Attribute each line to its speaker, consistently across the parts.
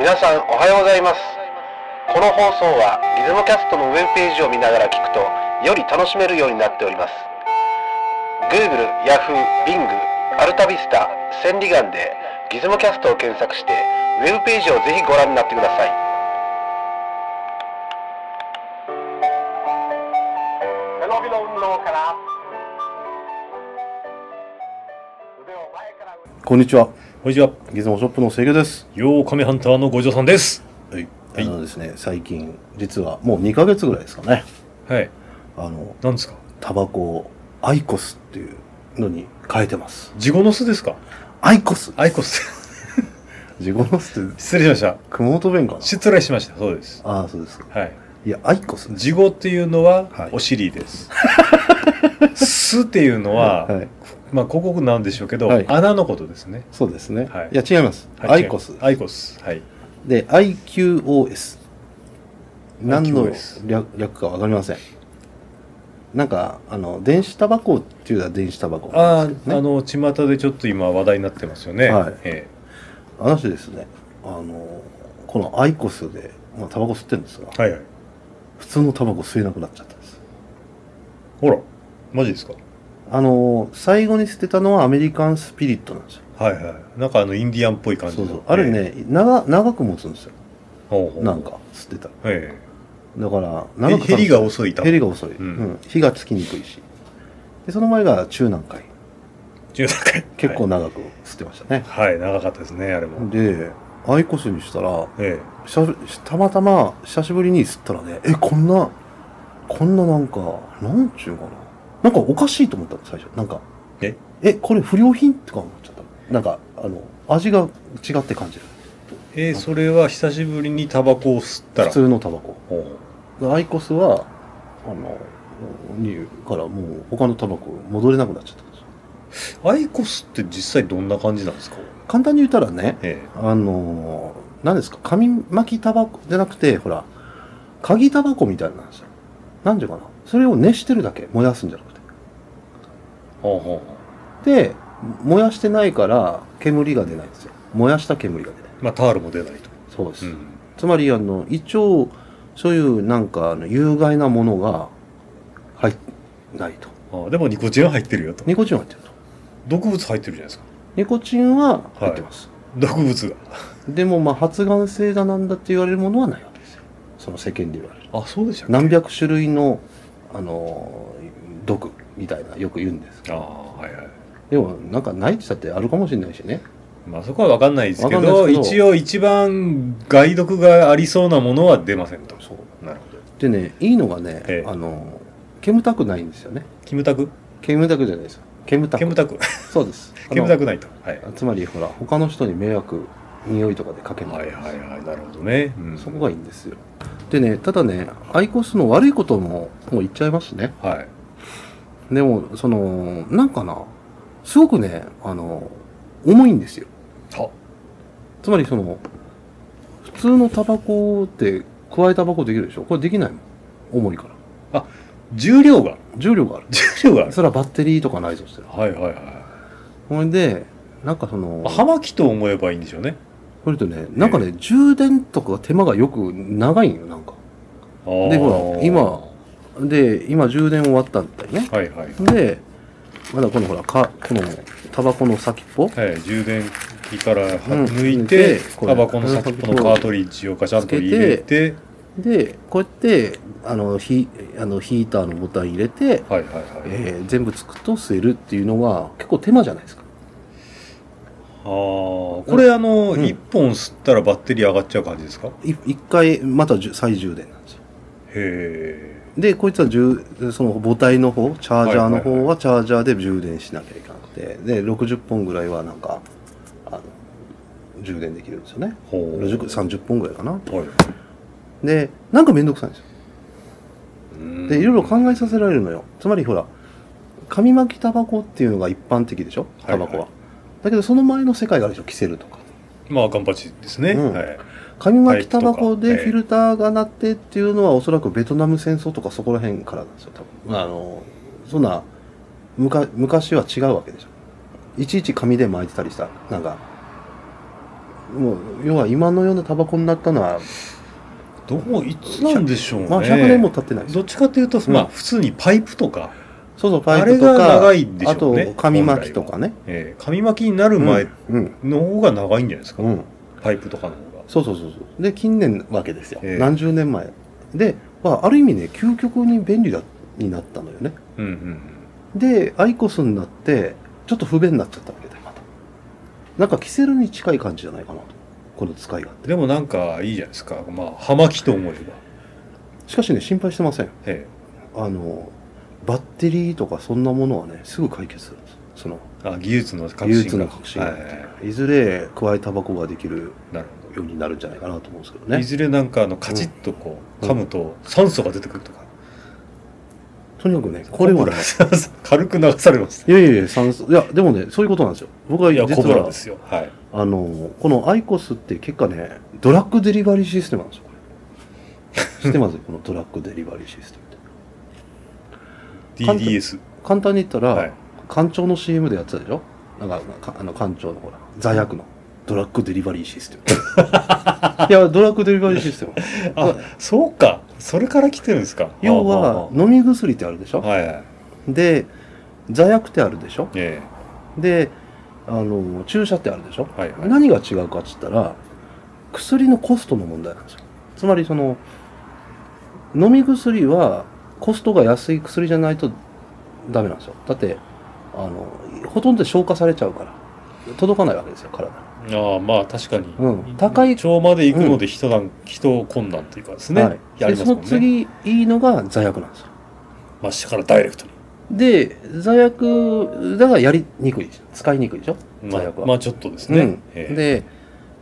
Speaker 1: 皆さんおはようございますこの放送はリズムキャストのウェブページを見ながら聞くとより楽しめるようになっております Google、Yahoo、Bing、アルタビスタ、センリガンでギズムキャストを検索してウェブページをぜひご覧になってください
Speaker 2: 手伸びの運動から腕を前から上に
Speaker 3: こんにちは。
Speaker 4: こんにちは。
Speaker 3: ギズモショップの制御です。
Speaker 4: ようカメハンターの五条さんです。
Speaker 3: はい。あ
Speaker 4: はい
Speaker 3: のですね、最近、実はもう2ヶ月ぐらいですかね。
Speaker 4: はい。
Speaker 3: あの、
Speaker 4: なんですか
Speaker 3: タバコをアイコスっていうのに変えてます。
Speaker 4: ジゴノスですか
Speaker 3: アイコス
Speaker 4: アイコス。
Speaker 3: ジゴノスって、
Speaker 4: 失礼しました。
Speaker 3: 熊本弁かな
Speaker 4: 失礼しました。そうです。
Speaker 3: ああ、そうですか。
Speaker 4: はい。
Speaker 3: いや、アイコスね
Speaker 4: ジゴっていうのは
Speaker 3: はい
Speaker 4: お尻です。スっていうのは、
Speaker 3: はい。
Speaker 4: まあ広告なんでしょうけど、
Speaker 3: はい
Speaker 4: 穴のことですね。
Speaker 3: そうですね。
Speaker 4: はい
Speaker 3: い、や、違います。
Speaker 4: はい
Speaker 3: アイコス。
Speaker 4: アイコス。はい。
Speaker 3: で、IQOS。何の
Speaker 4: IQOS
Speaker 3: 略略かわかりません。なんか、あの、電子タバコっていうのは電子タバコな
Speaker 4: あ
Speaker 3: んですけ
Speaker 4: あ、
Speaker 3: どね
Speaker 4: あの、巷でちょっと今話題になってますよね。
Speaker 3: はい
Speaker 4: え
Speaker 3: 私ですねあのこのアイコスで、まあ、タバコ吸ってるんですが
Speaker 4: えはいはい。
Speaker 3: 普通のタバコ吸えなくなっちゃったんです
Speaker 4: ほら、マジですか
Speaker 3: あの最後に捨てたのはアメリカンスピリットなんですよ
Speaker 4: はいはい。なんかあの、インディアンっぽい感じ
Speaker 3: そう
Speaker 4: の
Speaker 3: そうあれ。ね長長く持つんですよ
Speaker 4: ほうほう
Speaker 3: なんか吸ってたら
Speaker 4: え
Speaker 3: だから
Speaker 4: え。へ
Speaker 3: 長く
Speaker 4: ヘリが遅いタバコ
Speaker 3: 減りが遅い、う
Speaker 4: うんん
Speaker 3: 火がつきにくいしでその前が中南海
Speaker 4: 13回
Speaker 3: 結構長く吸ってましたね、
Speaker 4: はい、はい長かったですねあれも、
Speaker 3: でアイコスにしたら
Speaker 4: え
Speaker 3: しゃたまたま久しぶりに吸ったらねえこんなこんななんかなんちゅうかななんかおかしいと思ったの最初なんか
Speaker 4: え
Speaker 3: えこれ不良品とか思っちゃったなんかあの味が違って感じる
Speaker 4: ええーそれは久しぶりにタバコを吸った
Speaker 3: 普
Speaker 4: ら
Speaker 3: 通のタバコ
Speaker 4: おう
Speaker 3: アイコスはあのにからもう他のタバコ戻れなくなっちゃったんですよ
Speaker 4: アイコスって実際どんな感じなんですか
Speaker 3: 簡単に言ったらね
Speaker 4: ええ
Speaker 3: あの何ですか紙巻きタバコじゃなくてほら鍵タバコみたいなんですよなんていうかなそれを熱してるだけ燃やすんじゃなくて
Speaker 4: ほうほうほ
Speaker 3: で燃やしてないから煙が出ないんですよ燃やした煙が出ないう
Speaker 4: まあタールも出ないと、
Speaker 3: そうです、
Speaker 4: うん、
Speaker 3: つまりあの一応そういうなんかあの有害なものが入っないと
Speaker 4: ああでもニコチンは入ってるよと
Speaker 3: ニコチンは入ってると
Speaker 4: 毒物入ってるじゃないですか
Speaker 3: ニコチンは入ってます、
Speaker 4: 毒物が
Speaker 3: でもまあ発がん性だなんだって言われるものはないわけですよその世間で言われる
Speaker 4: あそうでしたっけ
Speaker 3: 何百種類のあの毒みたいなよく言うんです
Speaker 4: ああはいはい
Speaker 3: でもなんかないって言ったってあるかもしれないしね
Speaker 4: まあそこは分かんないですけ
Speaker 3: わかんない
Speaker 4: ど
Speaker 3: ですけど
Speaker 4: 一応一番害毒がありそうなものは出ませんと
Speaker 3: そう
Speaker 4: なるほど
Speaker 3: でねいいのがね、
Speaker 4: ええ
Speaker 3: あの煙たくないんですよね
Speaker 4: キムタク
Speaker 3: 煙たくじゃないですよ煙たく
Speaker 4: キムタク
Speaker 3: そうです
Speaker 4: キムタ
Speaker 3: く
Speaker 4: クないとはい
Speaker 3: つまりほら他の人に迷惑匂いとかでかけな、
Speaker 4: はいいはいはいなるほどね、うん、
Speaker 3: そこがいいんですよでねただねアイコスの悪いことももう言っちゃいますね
Speaker 4: はい
Speaker 3: でもそのなんかなすごくねあの重いんですよ
Speaker 4: は
Speaker 3: つまりその普通のタバコって加えタバコできるでしょこれできないもん重いから
Speaker 4: 重量が
Speaker 3: 重量がある
Speaker 4: 重量がある
Speaker 3: それはバッテリーとか内蔵してる
Speaker 4: はいはいは
Speaker 3: ほれでなんかその
Speaker 4: い葉巻と思えばいいんでしょうね
Speaker 3: それとね、なんかね、充電とか手間がよく長いんよ、なんか。で
Speaker 4: で
Speaker 3: ほら今で、今充電終わったみたいね。
Speaker 4: はいはいは
Speaker 3: で、まだこのほら、かこのタバコの先っぽ、
Speaker 4: い充電器からは
Speaker 3: うん
Speaker 4: 抜いて
Speaker 3: でこれ
Speaker 4: タバコの先っぽのカートリッジをガチャンと入れて
Speaker 3: で、こうやって、あの、ヒあのヒーターのボタン入れて、
Speaker 4: はいはいはい
Speaker 3: えー全部つくと吸えるっていうのは結構手間じゃないですか。
Speaker 4: あーこれあの
Speaker 3: うん
Speaker 4: 1本吸ったらバッテリー上がっちゃう感じですか
Speaker 3: い一回、またじゅ再充電なんですよ。
Speaker 4: へ
Speaker 3: で、こいつは充その母体の方、チャージャーの
Speaker 4: はい
Speaker 3: 方
Speaker 4: はい
Speaker 3: はチャージャーで充電しなきゃいけなくて、で、60本ぐらいはなんか、あの、充電できるんですよね。
Speaker 4: えほう
Speaker 3: 60 30本ぐらいかな。
Speaker 4: はい
Speaker 3: で、なんかめんどくさいんですよ。
Speaker 4: うん
Speaker 3: で、いろいろ考えさせられるのよ。つまりほら、紙巻きタバコっていうのが一般的でしょタバコは。
Speaker 4: はいは
Speaker 3: だけど、その前の世界があるでしょキセルとか。
Speaker 4: まあ頑張ちですね
Speaker 3: うん
Speaker 4: はい
Speaker 3: 紙巻きタバコ
Speaker 4: パイプと
Speaker 3: で
Speaker 4: か
Speaker 3: フィルターが鳴ってっていうのはおそらくベトナム戦争とかそこら辺からなんですよ多分あのそんなむか昔は違うわけでしょいちいち紙で巻いてたりしたなんかもう要は今のようなタバコになったのは、
Speaker 4: どういつなんでしょうね、
Speaker 3: まあ、100年も経ってないです
Speaker 4: どっちかというと、
Speaker 3: うん
Speaker 4: まあ普通にパイプとか、
Speaker 3: そうそうパイプと
Speaker 4: あれが
Speaker 3: か
Speaker 4: 長いんでし
Speaker 3: あ
Speaker 4: ょうね
Speaker 3: と紙巻きとかね
Speaker 4: えー紙巻きになる前
Speaker 3: うん
Speaker 4: の方が長いんじゃないですか、
Speaker 3: うん、うん
Speaker 4: パイプとかの方が
Speaker 3: そうそうそうそうで近年わけですよ、
Speaker 4: ええ
Speaker 3: 何十年前で、まあ、ある意味ね究極に便利だになったのよね
Speaker 4: うんうん
Speaker 3: でアイコスになってちょっと不便になっちゃったわけでまたなんかキセルに近い感じじゃないかなとこの使い勝
Speaker 4: うんでもなんかいいじゃないですかまあ葉巻と思えば、
Speaker 3: 手しかしね心配してません
Speaker 4: え
Speaker 3: あのバッテリーとかそんなものはねすぐ解決するんですその
Speaker 4: えあ技術の革
Speaker 3: 技術
Speaker 4: 新が
Speaker 3: の革新
Speaker 4: はいはいはい
Speaker 3: ずれ加えタバコができる
Speaker 4: いなるほ
Speaker 3: ようになるんじゃないかなと思うんですけど
Speaker 4: ど、
Speaker 3: ね
Speaker 4: いずれなんかあのカチッとこう
Speaker 3: うん
Speaker 4: 噛むと酸素が出てくるとか、
Speaker 3: とにかくねこれは
Speaker 4: コ
Speaker 3: ね
Speaker 4: ブラ軽く流されます
Speaker 3: いやいやいや酸素いやでもねそういうことなんですよ僕はい
Speaker 4: や
Speaker 3: 実
Speaker 4: コブラ
Speaker 3: は
Speaker 4: ですよはい
Speaker 3: あのこのアイコスって結果ねドラッグデリバリーシステムなんですよこれ知ってますこ のドラッグデリバリーシステムって
Speaker 4: DDS
Speaker 3: 簡単に言ったら、
Speaker 4: はい
Speaker 3: 館長の CM でやってたでしょなんかかあの館長のほら座薬のドラッグデリバリーシステム いやドラッグデリバリーシステム
Speaker 4: あそうかそれから来てるんですか
Speaker 3: 要
Speaker 4: は
Speaker 3: は飲み薬ってあるでし
Speaker 4: あ
Speaker 3: ょ
Speaker 4: はあはいはい
Speaker 3: で座薬ってあるでしょ
Speaker 4: え
Speaker 3: であの注射ってあるでしょ
Speaker 4: えはいはい
Speaker 3: 何が違うかっつったら薬のコストの問題なんですよつまりその飲み薬はコストが安い薬じゃないとダメなんですよだってあのほとんど消化されちゃうから届かないわけですよ体に
Speaker 4: ああまあ確かに、
Speaker 3: うん高い
Speaker 4: 腸まで行くので人段、人困難というかですね、
Speaker 3: はい、
Speaker 4: や
Speaker 3: で
Speaker 4: り
Speaker 3: そ
Speaker 4: ますも
Speaker 3: の
Speaker 4: んね
Speaker 3: 次いいのが座薬なんですよ
Speaker 4: 真下からダイレクトに
Speaker 3: で座薬だからやりにくい使いにくいでしょ
Speaker 4: ま
Speaker 3: 最悪
Speaker 4: あ、
Speaker 3: は
Speaker 4: まあちょっとですね、
Speaker 3: うん
Speaker 4: ええ
Speaker 3: で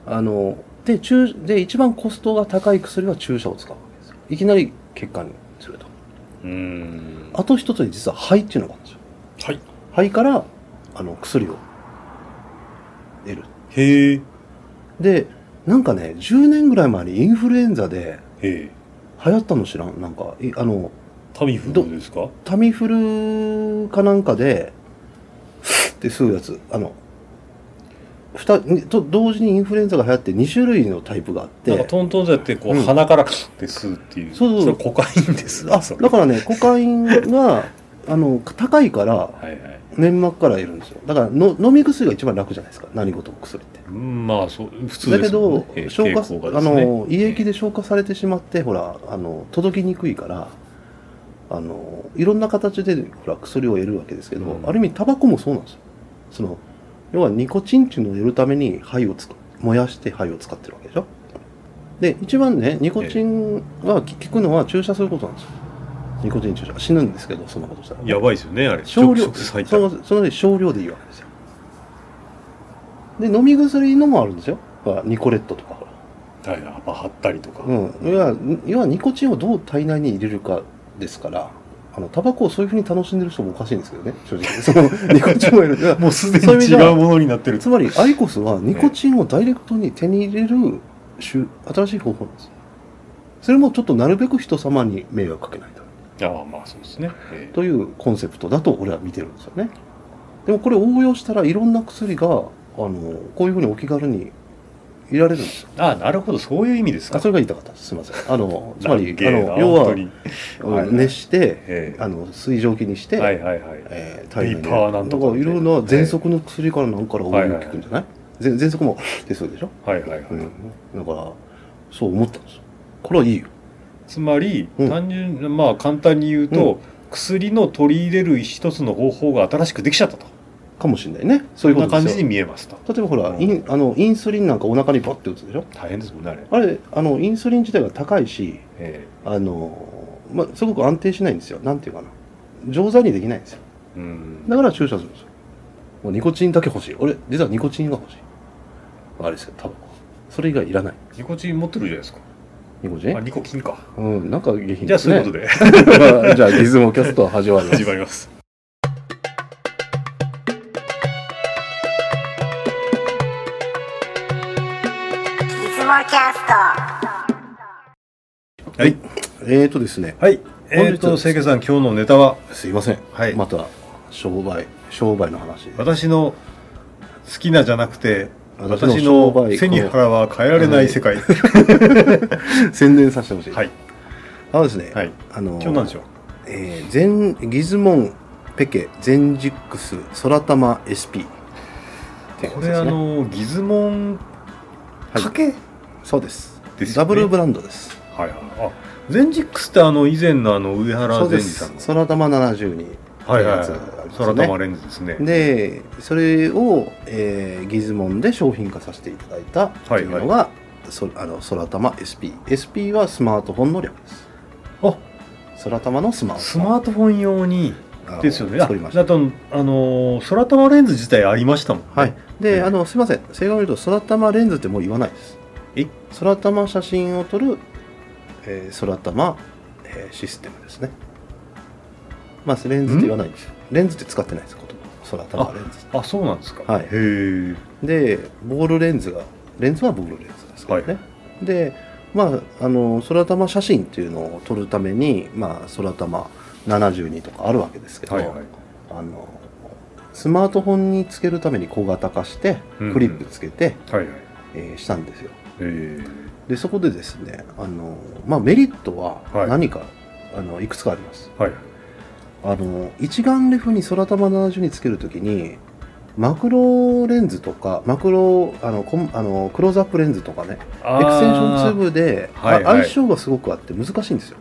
Speaker 3: あので注で一番コストが高い薬は注射を使うわけですよいきなり血管にすると
Speaker 4: うーん
Speaker 3: あと一つに実は肺っていうのがあるんですよ
Speaker 4: はい
Speaker 3: 肺からあの薬を得る
Speaker 4: へえ
Speaker 3: でなんかね10年ぐらい前にインフルエンザで
Speaker 4: へえ
Speaker 3: 流行ったの知らんなんかいあの
Speaker 4: タミフルですか
Speaker 3: タミフルかなんかでって吸うやつあのふたにと同時にインフルエンザが流行って2種類のタイプがあっ
Speaker 4: なんか
Speaker 3: て
Speaker 4: トントンじゃってこう、
Speaker 3: うん
Speaker 4: 鼻からカッて吸うっていう
Speaker 3: そうそうそう
Speaker 4: れコカインです
Speaker 3: あ
Speaker 4: それ
Speaker 3: だからねコカイン があの高いから
Speaker 4: はいはい
Speaker 3: 粘膜から得るんですよだからの飲み薬が一番楽じゃないですか何事も薬って
Speaker 4: うんまあそう普通
Speaker 3: だ
Speaker 4: で
Speaker 3: け
Speaker 4: すもんね
Speaker 3: ど、
Speaker 4: ええ
Speaker 3: 消化
Speaker 4: 傾向
Speaker 3: あ
Speaker 4: がですね
Speaker 3: の胃液で消化されてしまってほらあの届きにくいからあのいろんな形でほら薬を得るわけですけど、
Speaker 4: うん
Speaker 3: ある意味タバコもそうなんですよその要はニコチンっていうのを得るために肺をつく燃やして肺を使ってるわけでしょで一番ねニコチンが効くのは注射することなんですよニコチン注射死ぬんですけどそんなことしたら
Speaker 4: やばいですよねあれ
Speaker 3: 少量
Speaker 4: 直接入った
Speaker 3: そ
Speaker 4: ら
Speaker 3: のその少量でいいわけですよで飲み薬のもあるんですよほらニコレットとかほら
Speaker 4: はいはいまあ貼ったりとか、
Speaker 3: うん、要は要はニコチンをどう体内に入れるかですからあのタバコをそういうふうに楽しんでる人もおかしいんですけどね正直 そのニコチンを入れるいや
Speaker 4: もうすで
Speaker 3: そういう意
Speaker 4: に
Speaker 3: 味じゃ
Speaker 4: 違うものになってる
Speaker 3: つまりアイコスはニコチンをダイレクトに手に入れる種新しい方法なんですそれもちょっとなるべく人様に迷惑かけないと
Speaker 4: ああまあそうですね、ええ
Speaker 3: というコンセプトだと俺は見てるんですよねでもこれ応用したらいろんな薬があのこういうふうにお気軽にいられるんですよ
Speaker 4: ああなるほどそういう意味ですか
Speaker 3: あそれが言いたかったですすいませんあのつまり
Speaker 4: なん
Speaker 3: あ
Speaker 4: けーな
Speaker 3: の要
Speaker 4: 本当
Speaker 3: は
Speaker 4: にはいはい
Speaker 3: 熱して
Speaker 4: え
Speaker 3: あの水蒸気にして、
Speaker 4: えはいはいはい、
Speaker 3: えー
Speaker 4: ビーパーなんとか
Speaker 3: いろんな喘息の薬からなんから応用効くんじゃないぜ喘息も出そうでしょ、
Speaker 4: はいはいはい、
Speaker 3: うん、だからそう思ったんですよこれはいいよ
Speaker 4: つまり、
Speaker 3: うん
Speaker 4: 単純なまあ簡単に言うと、薬の取り入れる一つの方法が新しくできちゃったと
Speaker 3: かもしれないねそ
Speaker 4: そうう
Speaker 3: い
Speaker 4: いうう
Speaker 3: こと
Speaker 4: 感
Speaker 3: です
Speaker 4: じに
Speaker 3: よ
Speaker 4: 見えますと
Speaker 3: 例えばほら、
Speaker 4: うん
Speaker 3: インあのインスリンなんかお腹にバッて打つでしょ
Speaker 4: 大変ですもんねあれ、
Speaker 3: あれあのインスリン自体が高いし
Speaker 4: え
Speaker 3: あの、まあ、すごく安定しないんですよなんていうかな上手にできないんですよ
Speaker 4: えうん
Speaker 3: だから注射するんですよ。もうニコチンだけ欲しい。俺、実はニコチンが欲しい。あれですよ、タバコ。それ以外いらない。
Speaker 4: ニコチン持ってるじゃないですか
Speaker 3: ニコチ
Speaker 4: あ
Speaker 3: ン
Speaker 4: ニコキンか
Speaker 3: うん、なんか下品
Speaker 4: じゃあそういうこと
Speaker 3: う
Speaker 4: で
Speaker 3: ことで。まあじゃあ、ギズモキャストは始ま ります
Speaker 4: 始。まりますは
Speaker 5: いつもキャスト
Speaker 4: い
Speaker 3: えーとですね、
Speaker 4: はいえ
Speaker 3: 本日
Speaker 4: ー、と清家さん今日のネタは
Speaker 3: すいません。
Speaker 4: はい
Speaker 3: また、商売、商売の話。
Speaker 4: 私の好きなじゃなくて私の背に腹は変えられない世界。は
Speaker 3: 宣伝させてほしい、
Speaker 4: い。
Speaker 3: あのですね、
Speaker 4: はい。
Speaker 3: あの
Speaker 4: 今日なんでしょう。
Speaker 3: えーゼンギズモンペケゼンジックス空玉 SP っていうやつで
Speaker 4: こ
Speaker 3: すね
Speaker 4: れあのギズモン
Speaker 3: はい
Speaker 4: かけ
Speaker 3: そうです
Speaker 4: ですよね
Speaker 3: ダブルブランドです
Speaker 4: はいはい。あ、ゼンジックスってあの以前のあの上原
Speaker 3: そう
Speaker 4: ゼ
Speaker 3: で
Speaker 4: ンジさん
Speaker 3: す空
Speaker 4: の。
Speaker 3: 玉72
Speaker 4: はいはい
Speaker 3: や
Speaker 4: は
Speaker 3: つ
Speaker 4: い
Speaker 3: あります。ね
Speaker 4: 空玉レンズですね。
Speaker 3: でそれを、えーギズモンで商品化させていただいたというのが、そあの空玉 SP SP はスマートフォンの略です
Speaker 4: あ、
Speaker 3: 空玉のスマート
Speaker 4: スマートフォン用に
Speaker 3: あの
Speaker 4: ですよね。あ、
Speaker 3: 作りました
Speaker 4: だとあの空玉レンズ自体ありましたもんね。
Speaker 3: はい。、で、
Speaker 4: うん
Speaker 3: あのすいません正確に言うと空玉レンズってもう言わないです
Speaker 4: え
Speaker 3: 空玉写真を撮る、えー空玉、えーシステムですねまあレンズって言わないんですよレンズって使ってないです言葉空玉レンズって
Speaker 4: あ、そうなんですか。
Speaker 3: はい
Speaker 4: へえ。
Speaker 3: でボールレンズがレンズはボールレンズですからね、でまああの空玉写真っていうのを撮るために、まあ、空玉72とかあるわけですけど、
Speaker 4: はいはい。
Speaker 3: あのスマートフォンにつけるために小型化して
Speaker 4: うんうん
Speaker 3: クリップつけて、
Speaker 4: はいはい。
Speaker 3: えーしたんですよ
Speaker 4: え
Speaker 3: でそこでですねあの、まあ、メリットは
Speaker 4: はい
Speaker 3: 何か、あのいくつかあります
Speaker 4: え。はい。
Speaker 3: あの一眼レフに空玉70につけるときにマクロレンズとかマクロあのコンあのクローズアップレンズとかねエ
Speaker 4: あ
Speaker 3: ク
Speaker 4: ー
Speaker 3: ステンションツーブで、
Speaker 4: はいはい
Speaker 3: あ相性がすごくあって難しいんですよ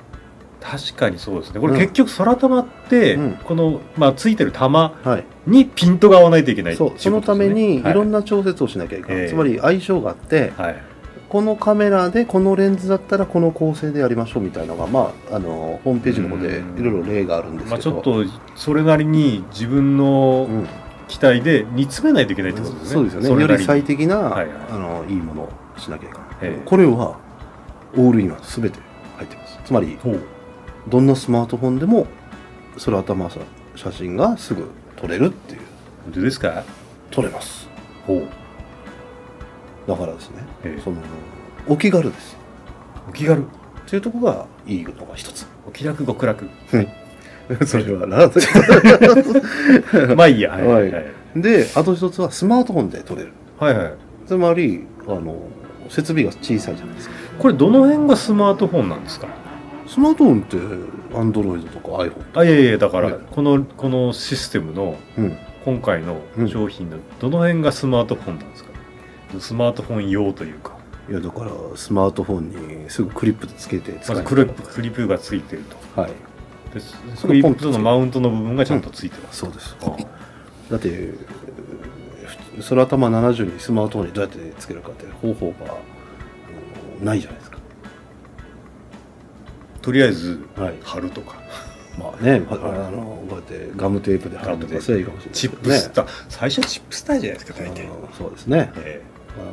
Speaker 4: 確かにそうですね。こ
Speaker 3: う
Speaker 4: れ
Speaker 3: ん
Speaker 4: 結局空玉って、
Speaker 3: うん
Speaker 4: このまあついてる玉
Speaker 3: はい
Speaker 4: にピントが合わないといけないって
Speaker 3: そ
Speaker 4: い
Speaker 3: う
Speaker 4: ことです
Speaker 3: そ
Speaker 4: ね
Speaker 3: のためにいろん
Speaker 4: な
Speaker 3: な調節をしなきゃいけない、
Speaker 4: ええ
Speaker 3: つまり相性があって
Speaker 4: はい、はい
Speaker 3: このカメラでこのレンズだったらこの構成でやりましょうみたいなのが、まあ、あのホームページの方でいろいろ例があるんですけど、
Speaker 4: まあちょっとそれなりに自分の
Speaker 3: うん、
Speaker 4: 期待で煮詰めないといけないってことですね。
Speaker 3: そうですよね
Speaker 4: れ
Speaker 3: よ
Speaker 4: な
Speaker 3: り
Speaker 4: に
Speaker 3: 最適な、
Speaker 4: はい
Speaker 3: い
Speaker 4: はい
Speaker 3: あのいいものをしなきゃいけない、
Speaker 4: ええ
Speaker 3: これはオールインワン全て入ってますつまり
Speaker 4: ほう
Speaker 3: どんなスマートフォンでも空頭さ写真がすぐ撮れるっていう
Speaker 4: 本当ですか。
Speaker 3: 撮れます
Speaker 4: ほう。
Speaker 3: だからですね
Speaker 4: ええ
Speaker 3: そのお気軽です
Speaker 4: お気軽。
Speaker 3: というとこがいいのが一 つ
Speaker 4: お気楽極楽。
Speaker 3: それはな
Speaker 4: まあいいや。はい
Speaker 3: は
Speaker 4: はいいはい。
Speaker 3: であと一つはスマートフォンで撮れる
Speaker 4: はいはい。
Speaker 3: つまりあの設備が小さいじゃないですか
Speaker 4: これどの辺がスマートフォンなんですか。
Speaker 3: スマートフォンってアンドロイドとか iPhone
Speaker 4: あいやいやだから
Speaker 3: うん
Speaker 4: このこのシステムの
Speaker 3: うん
Speaker 4: 今回の商品のどの辺がスマートフォンなんですか。スマートフォン用というか。
Speaker 3: いやだからスマートフォンにすぐクリップつけて使え
Speaker 4: まず
Speaker 3: る
Speaker 4: クリップクリップがついてると。
Speaker 3: はい
Speaker 4: でそ
Speaker 3: そ
Speaker 4: そ
Speaker 3: れ
Speaker 4: れ
Speaker 3: ポン
Speaker 4: 一
Speaker 3: と
Speaker 4: つのマウントの部分がちゃんとついてます。
Speaker 3: そうです
Speaker 4: あー
Speaker 3: だってえーふ空玉70にスマートフォンにどうやってつけるかって方法があのないじゃないですか
Speaker 4: とりあえず
Speaker 3: はい
Speaker 4: 貼るとか、
Speaker 3: まあねああのこうやってガムテープで貼るとかそういうかもしれない
Speaker 4: チップ
Speaker 3: ね
Speaker 4: スター、最初はチップスターじゃないですか大体。
Speaker 3: あのそうですね、
Speaker 4: え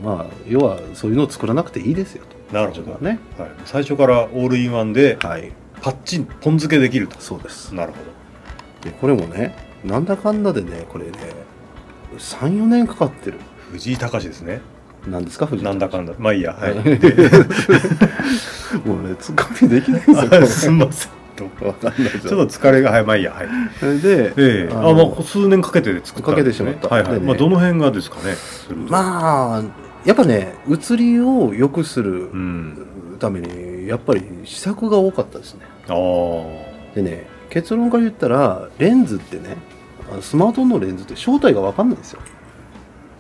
Speaker 3: まあ、まあ要はそういうのを作らなくていいですよ
Speaker 4: えなるほ
Speaker 3: と
Speaker 4: ど、
Speaker 3: ね
Speaker 4: はい。最初からオールインワンで
Speaker 3: はい
Speaker 4: パッチンポン付けできると。
Speaker 3: そうです
Speaker 4: なるほ
Speaker 3: でこれもねなんだかんだでねこれね34年かかってる
Speaker 4: ど。藤井隆ですね。
Speaker 3: なんですか藤井
Speaker 4: なんだかんだ。まあいいや。はい。
Speaker 3: もうねツッコミできないですよ
Speaker 4: あ すんません。 ちょ
Speaker 3: わかんないで
Speaker 4: っと疲れがはいまあいいや。はい。
Speaker 3: それで、
Speaker 4: ええ
Speaker 3: あ
Speaker 4: あ
Speaker 3: の
Speaker 4: まあ数年かけて作ったんですね
Speaker 3: かけてしまった
Speaker 4: はいはい。
Speaker 3: でね
Speaker 4: まあどの辺がですかね。すると
Speaker 3: まあやっぱね移りを良くする
Speaker 4: うん。
Speaker 3: ためにやっぱり試作が多かったですね
Speaker 4: ああ。
Speaker 3: でね結論から言ったらレンズってねあのスマートフォンのレンズって正体が分かんないんですよ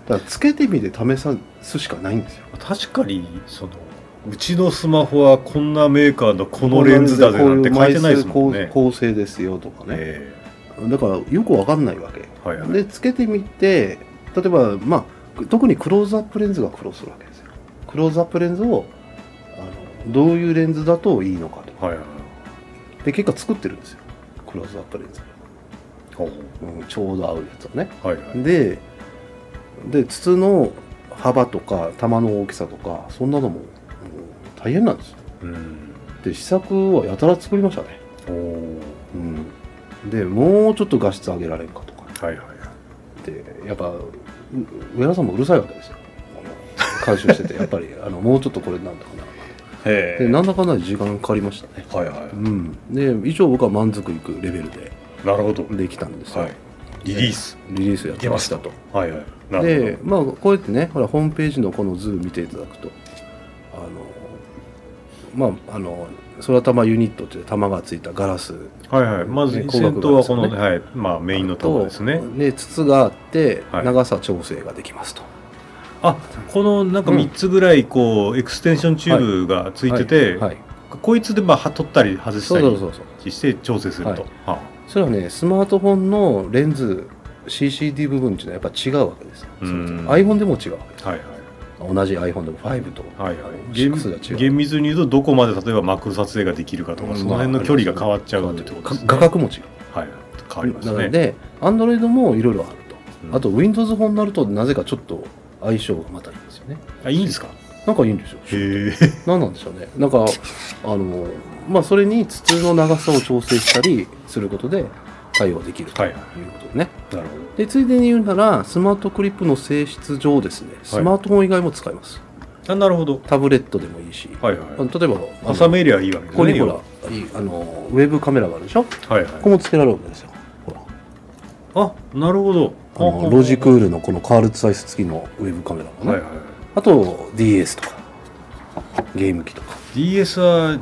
Speaker 3: だからつけてみて試すしかないんですよ
Speaker 4: 確かにそのうちのスマホはこんなメーカーのこのレンズだぜなんて書いてないですも
Speaker 3: こういう
Speaker 4: んね。
Speaker 3: 枚数こう構成ですよとかね、
Speaker 4: え
Speaker 3: だからよく分かんないわけ
Speaker 4: えはいはい、
Speaker 3: でつけてみて例えばまあ特にクローズアップレンズが苦労するわけですよクローズアップレンズをあのどういうレンズだといいのかと
Speaker 4: はいはい
Speaker 3: で結果作ってるんですよクローズアップレンズ、
Speaker 4: ほう
Speaker 3: うん、ちょうど合うやつをね
Speaker 4: はいはい
Speaker 3: でで筒の幅とか玉の大きさとかそんなのももう大変なんですよ
Speaker 4: うん
Speaker 3: で試作はやたら作りましたね、
Speaker 4: おー
Speaker 3: うん、でもうちょっと画質上げられんかとか
Speaker 4: はいはい
Speaker 3: ってやっぱう上原さんもうるさいわけですよ監修 しててやっぱりあのもうちょっとこれなんとか
Speaker 4: へ
Speaker 3: な
Speaker 4: え
Speaker 3: でなんだかんだで時間かかりましたね
Speaker 4: はいは
Speaker 3: うんで以上僕は満足いくレベルで
Speaker 4: いなるほど
Speaker 3: できたんですよ、
Speaker 4: はいリリース
Speaker 3: リリースやって
Speaker 4: 出ましたとはいはいなる
Speaker 3: でまあこうやってねほらホームページのこの図見ていただくとあのまああの空玉ユニットっていう玉がついたガラス
Speaker 4: ほどはいはいまず
Speaker 3: ね
Speaker 4: 先頭はこの、
Speaker 3: 工学部
Speaker 4: はいまあメインの玉ですね
Speaker 3: とで筒があって
Speaker 4: はい
Speaker 3: 長さ調整ができますと、
Speaker 4: あこのなんか
Speaker 3: うん
Speaker 4: 3つぐらいこうエクステンションチューブがついてて、
Speaker 3: はい、はい
Speaker 4: こいつでまあは取ったり外し
Speaker 3: そ
Speaker 4: た
Speaker 3: うそうそ
Speaker 4: り
Speaker 3: うそう
Speaker 4: して調整すると、
Speaker 3: はい
Speaker 4: あ
Speaker 3: それはねスマートフォンのレンズ CCD 部分っていうのはやっぱ違うわけですよ
Speaker 4: うん
Speaker 3: iPhone でも違うわけです
Speaker 4: はいはい
Speaker 3: 同じ iPhone でも5と
Speaker 4: はいはい厳
Speaker 3: 6が違う
Speaker 4: 厳密に言うとどこまで例えばマクロ撮影ができるかとか、
Speaker 3: うん
Speaker 4: その辺の距離が変わっちゃうってことですね
Speaker 3: か画角も違う
Speaker 4: はい変わりま
Speaker 3: な
Speaker 4: す
Speaker 3: の
Speaker 4: ね
Speaker 3: で Android もいろいろあると、
Speaker 4: うん
Speaker 3: あと Windows 本になるとなぜかちょっと相性がまたいいんですよね
Speaker 4: あいいんですかへ
Speaker 3: なんかいいんですよ
Speaker 4: え
Speaker 3: 何なんでしょうねなんかあのまあそれに筒の長さを調整したりすることで対応できると
Speaker 4: はいいうは
Speaker 3: ことでね、
Speaker 4: なる
Speaker 3: でついでに言うならスマートクリップの性質上ですねスマートフォン以外も使えます、
Speaker 4: ほどあなるほど
Speaker 3: タブレットでもいいし、
Speaker 4: はい
Speaker 3: あ
Speaker 4: は
Speaker 3: の例えばあ
Speaker 4: い
Speaker 3: の
Speaker 4: 挟めりゃいいわけですね
Speaker 3: ここにほらいいあのウェブカメラがあるでしょこ
Speaker 4: 要ははいはい
Speaker 3: こもつけられるわけですよほら
Speaker 4: あなるほど
Speaker 3: あのロジクールのこのカールツアイス付きのウェブカメラもね、
Speaker 4: はいはいはい
Speaker 3: あと DS とかゲーム機とか
Speaker 4: DS は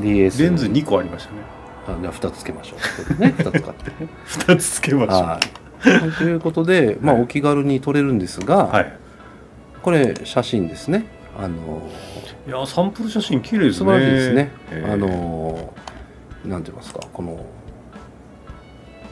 Speaker 3: DS
Speaker 4: レンズ2個ありましたね
Speaker 3: あじゃあ2つつけましょう ね2つ買ってね
Speaker 4: 2つつけました
Speaker 3: はいということで、まあ、お気軽に撮れるんですが、
Speaker 4: はい
Speaker 3: これ写真ですねあの
Speaker 4: いやサンプル写真綺麗ですね
Speaker 3: 素晴らしいですね、
Speaker 4: ええ
Speaker 3: あのなんて言いますかこの、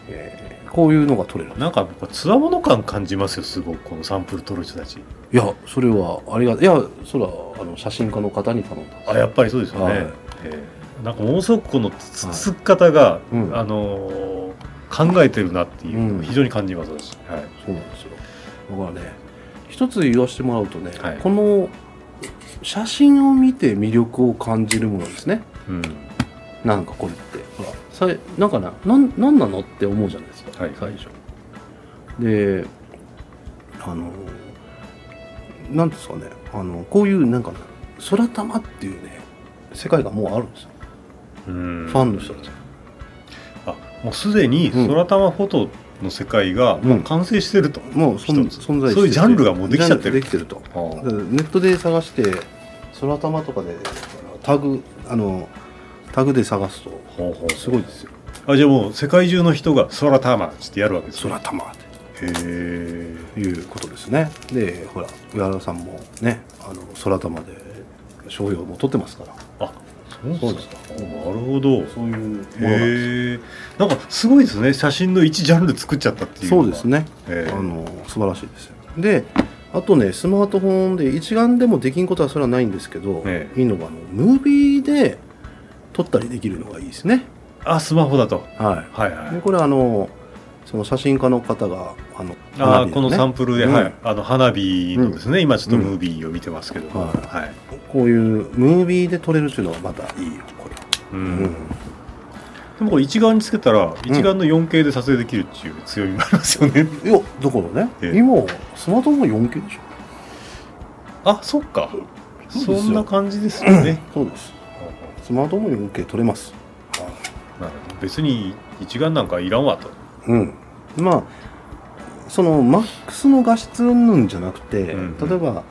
Speaker 3: えーこういうのが撮れる
Speaker 4: なんかつわもの感感じますよすごくこのサンプル撮る人たち
Speaker 3: いやそれはありがいやそれはあの写真家の方に頼んだんです
Speaker 4: あやっぱりそうですよね、
Speaker 3: はい
Speaker 4: ええなんかものすごくこのつつっ方が、
Speaker 3: うん
Speaker 4: あのー考えてるなっていうの
Speaker 3: う
Speaker 4: を
Speaker 3: ん
Speaker 4: 非常に感じます、私はい
Speaker 3: そうなんですよだからね一つ言わせてもらうとね、
Speaker 4: はい
Speaker 3: この写真を見て魅力を感じるものですね
Speaker 4: うん
Speaker 3: なんかこれってほらさいなんかななんなんなのって思うじゃないですか、
Speaker 4: はい
Speaker 3: 最初であのなんですかねあのこういうなんかな空玉っていうね世界がもうあるんですよ、
Speaker 4: うん
Speaker 3: ファンの人たち
Speaker 4: あもうすでに空玉フォトの世界が
Speaker 3: うん
Speaker 4: もう完成してると、
Speaker 3: もうそん
Speaker 4: 一つ
Speaker 3: 存在して
Speaker 4: そういうジャンルがもうできちゃってる
Speaker 3: ジャンルできてると
Speaker 4: あー
Speaker 3: だからネットで探して空玉とかでタグあのタグで探すと
Speaker 4: ほうほう
Speaker 3: すごいですよ
Speaker 4: あじゃあもう世界中の人が空玉っつってやるわけですね
Speaker 3: 空玉っ
Speaker 4: へえ
Speaker 3: ていうことですねでほら上原さんもねあの空玉で商標も取ってますから
Speaker 4: あそうですか
Speaker 3: そうです
Speaker 4: なるほど
Speaker 3: そういうものなんです
Speaker 4: へえなんかすごいですね写真の一ジャンル作っちゃったっていうの
Speaker 3: そ
Speaker 4: が
Speaker 3: うですね
Speaker 4: へえ
Speaker 3: あの素晴らしいですよであとねスマートフォンで一眼でもできんことはそれはないんですけど、
Speaker 4: え
Speaker 3: いいのがあのムービーで撮ったりできるのがいいですね
Speaker 4: あスマホだと
Speaker 3: はい
Speaker 4: はいはい
Speaker 3: でこれあのその写真家の方があの
Speaker 4: あ
Speaker 3: 花火
Speaker 4: このサンプルで、
Speaker 3: うん
Speaker 4: はい、あの花火のですね、今ちょっとムービーを見てますけども、
Speaker 3: うん
Speaker 4: はい
Speaker 3: こういうムービーで撮れるっていうのはまたいいよこれ、
Speaker 4: う
Speaker 3: うん
Speaker 4: でもこれ一眼につけたら一眼の 4K で撮影できるっていう強みもありますよね、
Speaker 3: いやだからね、
Speaker 4: ええ
Speaker 3: 今スマートフォン 4K でしょ
Speaker 4: あそっか
Speaker 3: そう
Speaker 4: そ
Speaker 3: ですよ
Speaker 4: んな感じですよ ね、
Speaker 3: そうですスマートフォン 4K 撮れます
Speaker 4: なるほど別に一眼なんかいらんわと、
Speaker 3: うんまあそのマックスの画質云々じゃなくて、
Speaker 4: うんうん
Speaker 3: 例えば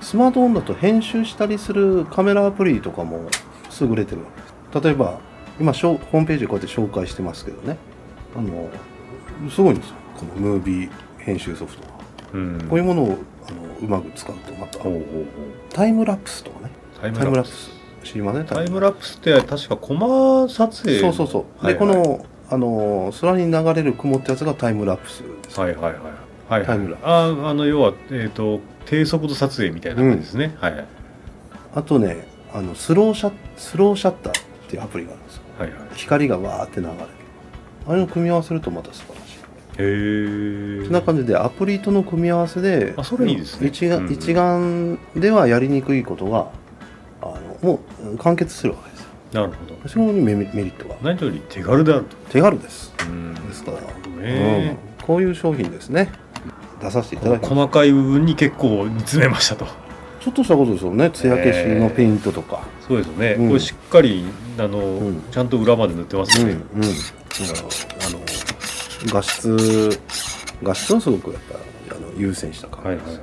Speaker 3: スマートフォンだと編集したりするカメラアプリとかも優れてるわけです例えば今ショーホームページでこうやって紹介してますけどねあのすごいんですよこのムービー編集ソフトは
Speaker 4: うん、
Speaker 3: こういうものをあのうまく使うとまた
Speaker 4: ほうほうほう
Speaker 3: タイムラプスとかね
Speaker 4: タイ
Speaker 3: タイム
Speaker 4: ム
Speaker 3: ラ
Speaker 4: ラ
Speaker 3: プ
Speaker 4: プ
Speaker 3: ス
Speaker 4: ス
Speaker 3: 知りません
Speaker 4: タイムラプスって確かコマ撮影
Speaker 3: そ
Speaker 4: の
Speaker 3: うそうそう、
Speaker 4: はい
Speaker 3: でこ
Speaker 4: はい
Speaker 3: のあの空に流れる雲ってやつがタイムラプスです
Speaker 4: はいはいはいはいはい
Speaker 3: タイムラ
Speaker 4: ああの要は、えー、と低速度撮影みたいな感じですね、はいはい
Speaker 3: あとねあのスローシャスローシャッターっていうアプリがあるんですよ
Speaker 4: はいはい
Speaker 3: 光がわーって流れるあれを組み合わせるとまた素晴らしい
Speaker 4: へえ
Speaker 3: そんな感じでアプリとの組み合わせで
Speaker 4: あそれいいですね
Speaker 3: 一
Speaker 4: うん
Speaker 3: 眼
Speaker 4: うん
Speaker 3: 一眼ではやりにくいことがあのもう完結するわけですよ
Speaker 4: なるほど
Speaker 3: 非常にメリメリットが
Speaker 4: 何より手軽であると
Speaker 3: 手軽です
Speaker 4: うん
Speaker 3: ですから、
Speaker 4: ね
Speaker 3: うんこういう商品ですね出させていただきます
Speaker 4: 細かい部分に結構煮詰めましたと
Speaker 3: ちょっとしたことですよね艶消しのペイントとか、
Speaker 4: そうですよね、
Speaker 3: うん
Speaker 4: これしっかりあの、
Speaker 3: うん
Speaker 4: ちゃんと裏まで塗ってます
Speaker 3: うん
Speaker 4: よ
Speaker 3: う
Speaker 4: ね、
Speaker 3: ん、だからあの画質画質をすごくやっぱあの優先した感
Speaker 4: はい
Speaker 3: じ
Speaker 4: は
Speaker 3: で
Speaker 4: い
Speaker 3: す、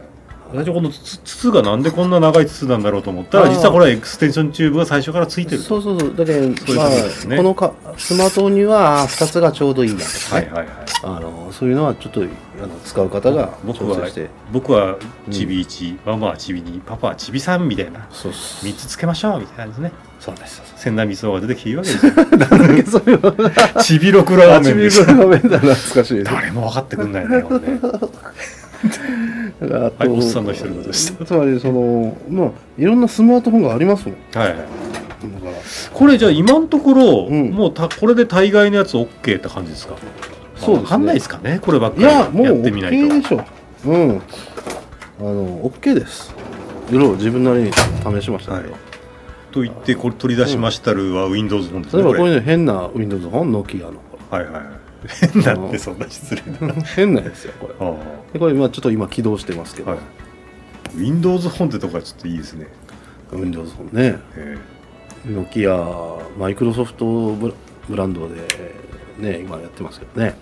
Speaker 4: 私このつ筒がなんでこんな長い筒なんだろうと思った
Speaker 3: あ
Speaker 4: ら
Speaker 3: ー
Speaker 4: 実はこれはエクステンションチューブが最初からついてる
Speaker 3: そうそうそうだけど、
Speaker 4: ういう
Speaker 3: まあ
Speaker 4: ことですね
Speaker 3: このかスマートにはあ2つがちょうどいいんだとか
Speaker 4: は
Speaker 3: ね、
Speaker 4: いはいはい
Speaker 3: あのそういうのはちょっとあの使う方が
Speaker 4: 僕
Speaker 3: 調
Speaker 4: は
Speaker 3: 整して
Speaker 4: 僕はチビ1、ママはチビ2パパはチビ3みたいな
Speaker 3: そうっす
Speaker 4: 3つつけましょうみたいな感じでね
Speaker 3: そうですそうです
Speaker 4: 千田みそが出てきているわけ ですよ
Speaker 3: なんだっけそれは
Speaker 4: チビ6ラーメ
Speaker 3: 8
Speaker 4: ン
Speaker 3: ミ
Speaker 4: で
Speaker 3: リ
Speaker 4: す
Speaker 3: ぐらいの面だな懐かしいです
Speaker 4: 誰も分かってくんないねこれね
Speaker 3: だからあと
Speaker 4: はいおっさんの一人でし
Speaker 3: つまりそのまあいろんなスマートフォンがありますもんだ
Speaker 4: はいはい
Speaker 3: から
Speaker 4: これじゃあ今のところ、
Speaker 3: うん
Speaker 4: もうたこれで大概のやつ OK って感じですか
Speaker 3: そうですね
Speaker 4: 分かんないですかねこればっか
Speaker 3: い
Speaker 4: り
Speaker 3: やもう
Speaker 4: やってみない
Speaker 3: OK で
Speaker 4: と
Speaker 3: しょうんあの OK ですいろいろ自分なりに試しましたけど、
Speaker 4: はいと言ってこれ取り出しましたるは Windows 本です
Speaker 3: 例え
Speaker 4: ね
Speaker 3: ばこ
Speaker 4: こ
Speaker 3: う
Speaker 4: れ
Speaker 3: いうの変な Windows 本 Nokia の
Speaker 4: はいはいはい 変だってそんな失礼な
Speaker 3: 変なやつよこれ
Speaker 4: あ
Speaker 3: でこれ今ちょっと今起動してますけ
Speaker 4: あ
Speaker 3: ど、
Speaker 4: はい Windows 本ってとこはちょっといいですね、
Speaker 3: Windows 本ね
Speaker 4: え
Speaker 3: Nokia マイクロソフトブラブランドでね今やってますけどね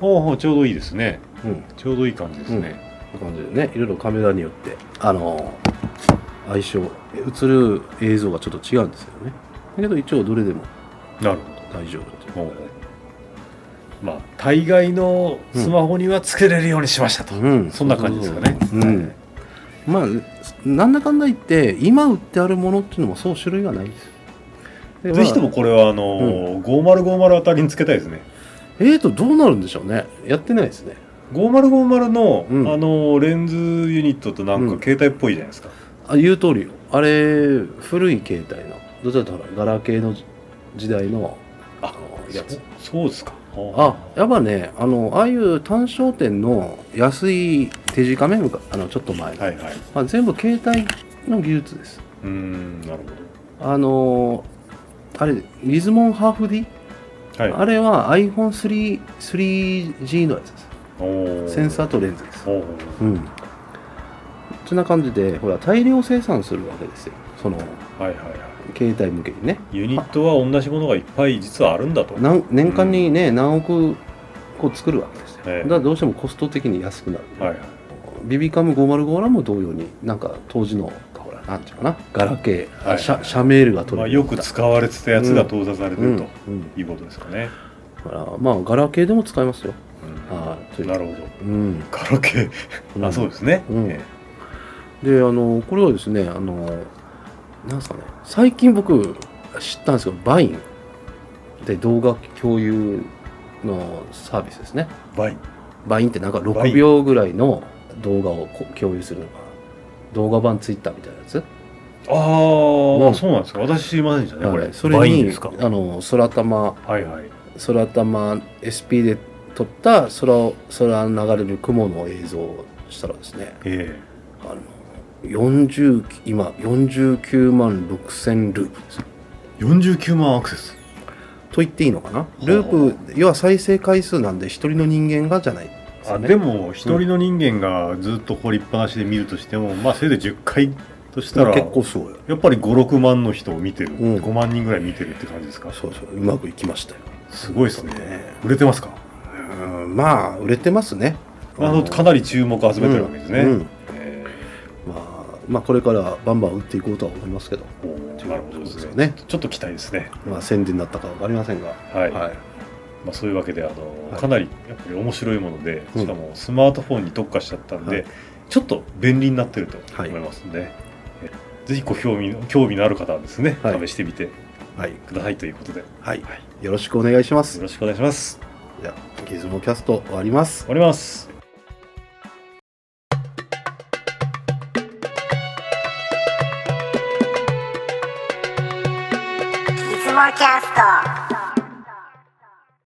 Speaker 4: ー、おーちょうどいいですね
Speaker 3: うんこ
Speaker 4: ちょうどいい感じですね、
Speaker 3: ういう感じでねいろいろカメラによってあの相性映る映像がちょっと違うんですよねだけど一応どれでも
Speaker 4: なる
Speaker 3: 大丈夫っていう
Speaker 4: ほどおーまあ大概のスマホにはつけれるようにしましたと、
Speaker 3: うん
Speaker 4: そんな感じですかね
Speaker 3: うん、まあなんだかんだ言って今売ってあるものっていうのもそう種類がないですで
Speaker 4: ぜひとも
Speaker 3: まあ
Speaker 4: これはあのー5050あたりにつけたいですね
Speaker 3: えーとどうなるんでしょうねやってないですね
Speaker 4: 5050の、
Speaker 3: うん
Speaker 4: あのーレンズユニットとなん
Speaker 3: うん
Speaker 4: か携帯っぽいじゃないですか、
Speaker 3: あ言う通りよあれ古い携帯のどちらかというとほらガラケーの時代の
Speaker 4: あ
Speaker 3: のやつ
Speaker 4: そそうですか
Speaker 3: あやっぱねあのああいう単焦点の安い手近メモかあのちょっと前の、
Speaker 4: はいはい
Speaker 3: まあ、全部携帯の技術です
Speaker 4: うーんなる
Speaker 3: あのあれリズモンハーフ D
Speaker 4: ほどは
Speaker 3: あれは iPhone3 3G のやつです。
Speaker 4: いお
Speaker 3: センサ
Speaker 4: ー
Speaker 3: ーとレンズです。
Speaker 4: おー
Speaker 3: うん。そんな感じで、ほら、大量生産するわけですよ。その、
Speaker 4: はいはいはい
Speaker 3: 携帯向けにね。
Speaker 4: ユニットは同じものがいっぱい実はあるんだと
Speaker 3: なん年間にね、何億個作るわけですよ。
Speaker 4: ええ
Speaker 3: だからどうしてもコスト的に安くなる。
Speaker 4: はいはい
Speaker 3: ビビカム505らも同様に、なんか当時の、ほら、なんていうかな、ガラケー、
Speaker 4: は
Speaker 3: あ
Speaker 4: い
Speaker 3: シャシャメールが取
Speaker 4: まあ、
Speaker 3: れ
Speaker 4: よく使われてたやつが搭載されて
Speaker 3: うん
Speaker 4: ると
Speaker 3: うん。
Speaker 4: いうことですかね、
Speaker 3: だから、まあ、ガラケーでも使えますよ。はいと
Speaker 4: う
Speaker 3: い
Speaker 4: ん、
Speaker 3: う
Speaker 4: なるほど
Speaker 3: うん。
Speaker 4: ガラケーあそうですね、
Speaker 3: うん
Speaker 4: え
Speaker 3: であのこれはですねあのなんすかね最近僕知ったんですけどバインで動画共有のサービスですね
Speaker 4: えバイン
Speaker 3: バインってなんか
Speaker 4: バイ
Speaker 3: 6
Speaker 4: ン
Speaker 3: 秒ぐらいの動画をこ共有するのかな動画版ツイッターみたいなやつ
Speaker 4: ああ、
Speaker 3: うん
Speaker 4: そうなんですか私知りませんでしたねこれ、
Speaker 3: はいそれ
Speaker 4: バイン
Speaker 3: に
Speaker 4: ですか
Speaker 3: あの空玉
Speaker 4: はいはい
Speaker 3: 空玉 SP で撮った空を空流れる雲の映像をしたらですね
Speaker 4: え
Speaker 3: あの40今49万6000ループです
Speaker 4: え49万アクセス
Speaker 3: と言っていいのかなループ要は再生回数なんで一人の人間がじゃないですよ
Speaker 4: あ
Speaker 3: ね
Speaker 4: でも一人の人間がずっと掘りっぱなしで見るとしても、まあせいぜい10回としたらや
Speaker 3: 結構すごいよ
Speaker 4: っぱり56万の人を見てる、
Speaker 3: うん
Speaker 4: 5万人ぐらい見てるって感じですか
Speaker 3: そうそううまくいきましたよ
Speaker 4: すごいですね
Speaker 3: ね
Speaker 4: 売れてますか
Speaker 3: うんまあ売れてますね
Speaker 4: あのかなり注目を集めてるわけですね、
Speaker 3: うんうん
Speaker 4: え
Speaker 3: まあ、まあこれからバンバン売っていこうとは思いますけど、
Speaker 4: えおーなるほどです
Speaker 3: そうです
Speaker 4: ね
Speaker 3: ね
Speaker 4: ちょっと期待ですね
Speaker 3: まあ、宣伝になったかわかりませんが、
Speaker 4: はい、
Speaker 3: はい
Speaker 4: まあ、そういうわけであの、
Speaker 3: はい
Speaker 4: かなりやっぱり面白いもので
Speaker 3: うん
Speaker 4: しかもスマートフォンに特化しちゃったんで、
Speaker 3: はい
Speaker 4: ちょっと便利になってると思
Speaker 3: はい
Speaker 4: いますんで、えぜひご興味の興味のある方はですね、
Speaker 3: はい
Speaker 4: 試してみて
Speaker 3: はい
Speaker 4: くださいということでよ
Speaker 3: はいよろしくお願いします
Speaker 4: ろしくお願いします
Speaker 3: じゃあギズモキャスト終わります
Speaker 4: 終わります
Speaker 5: いつもキャスト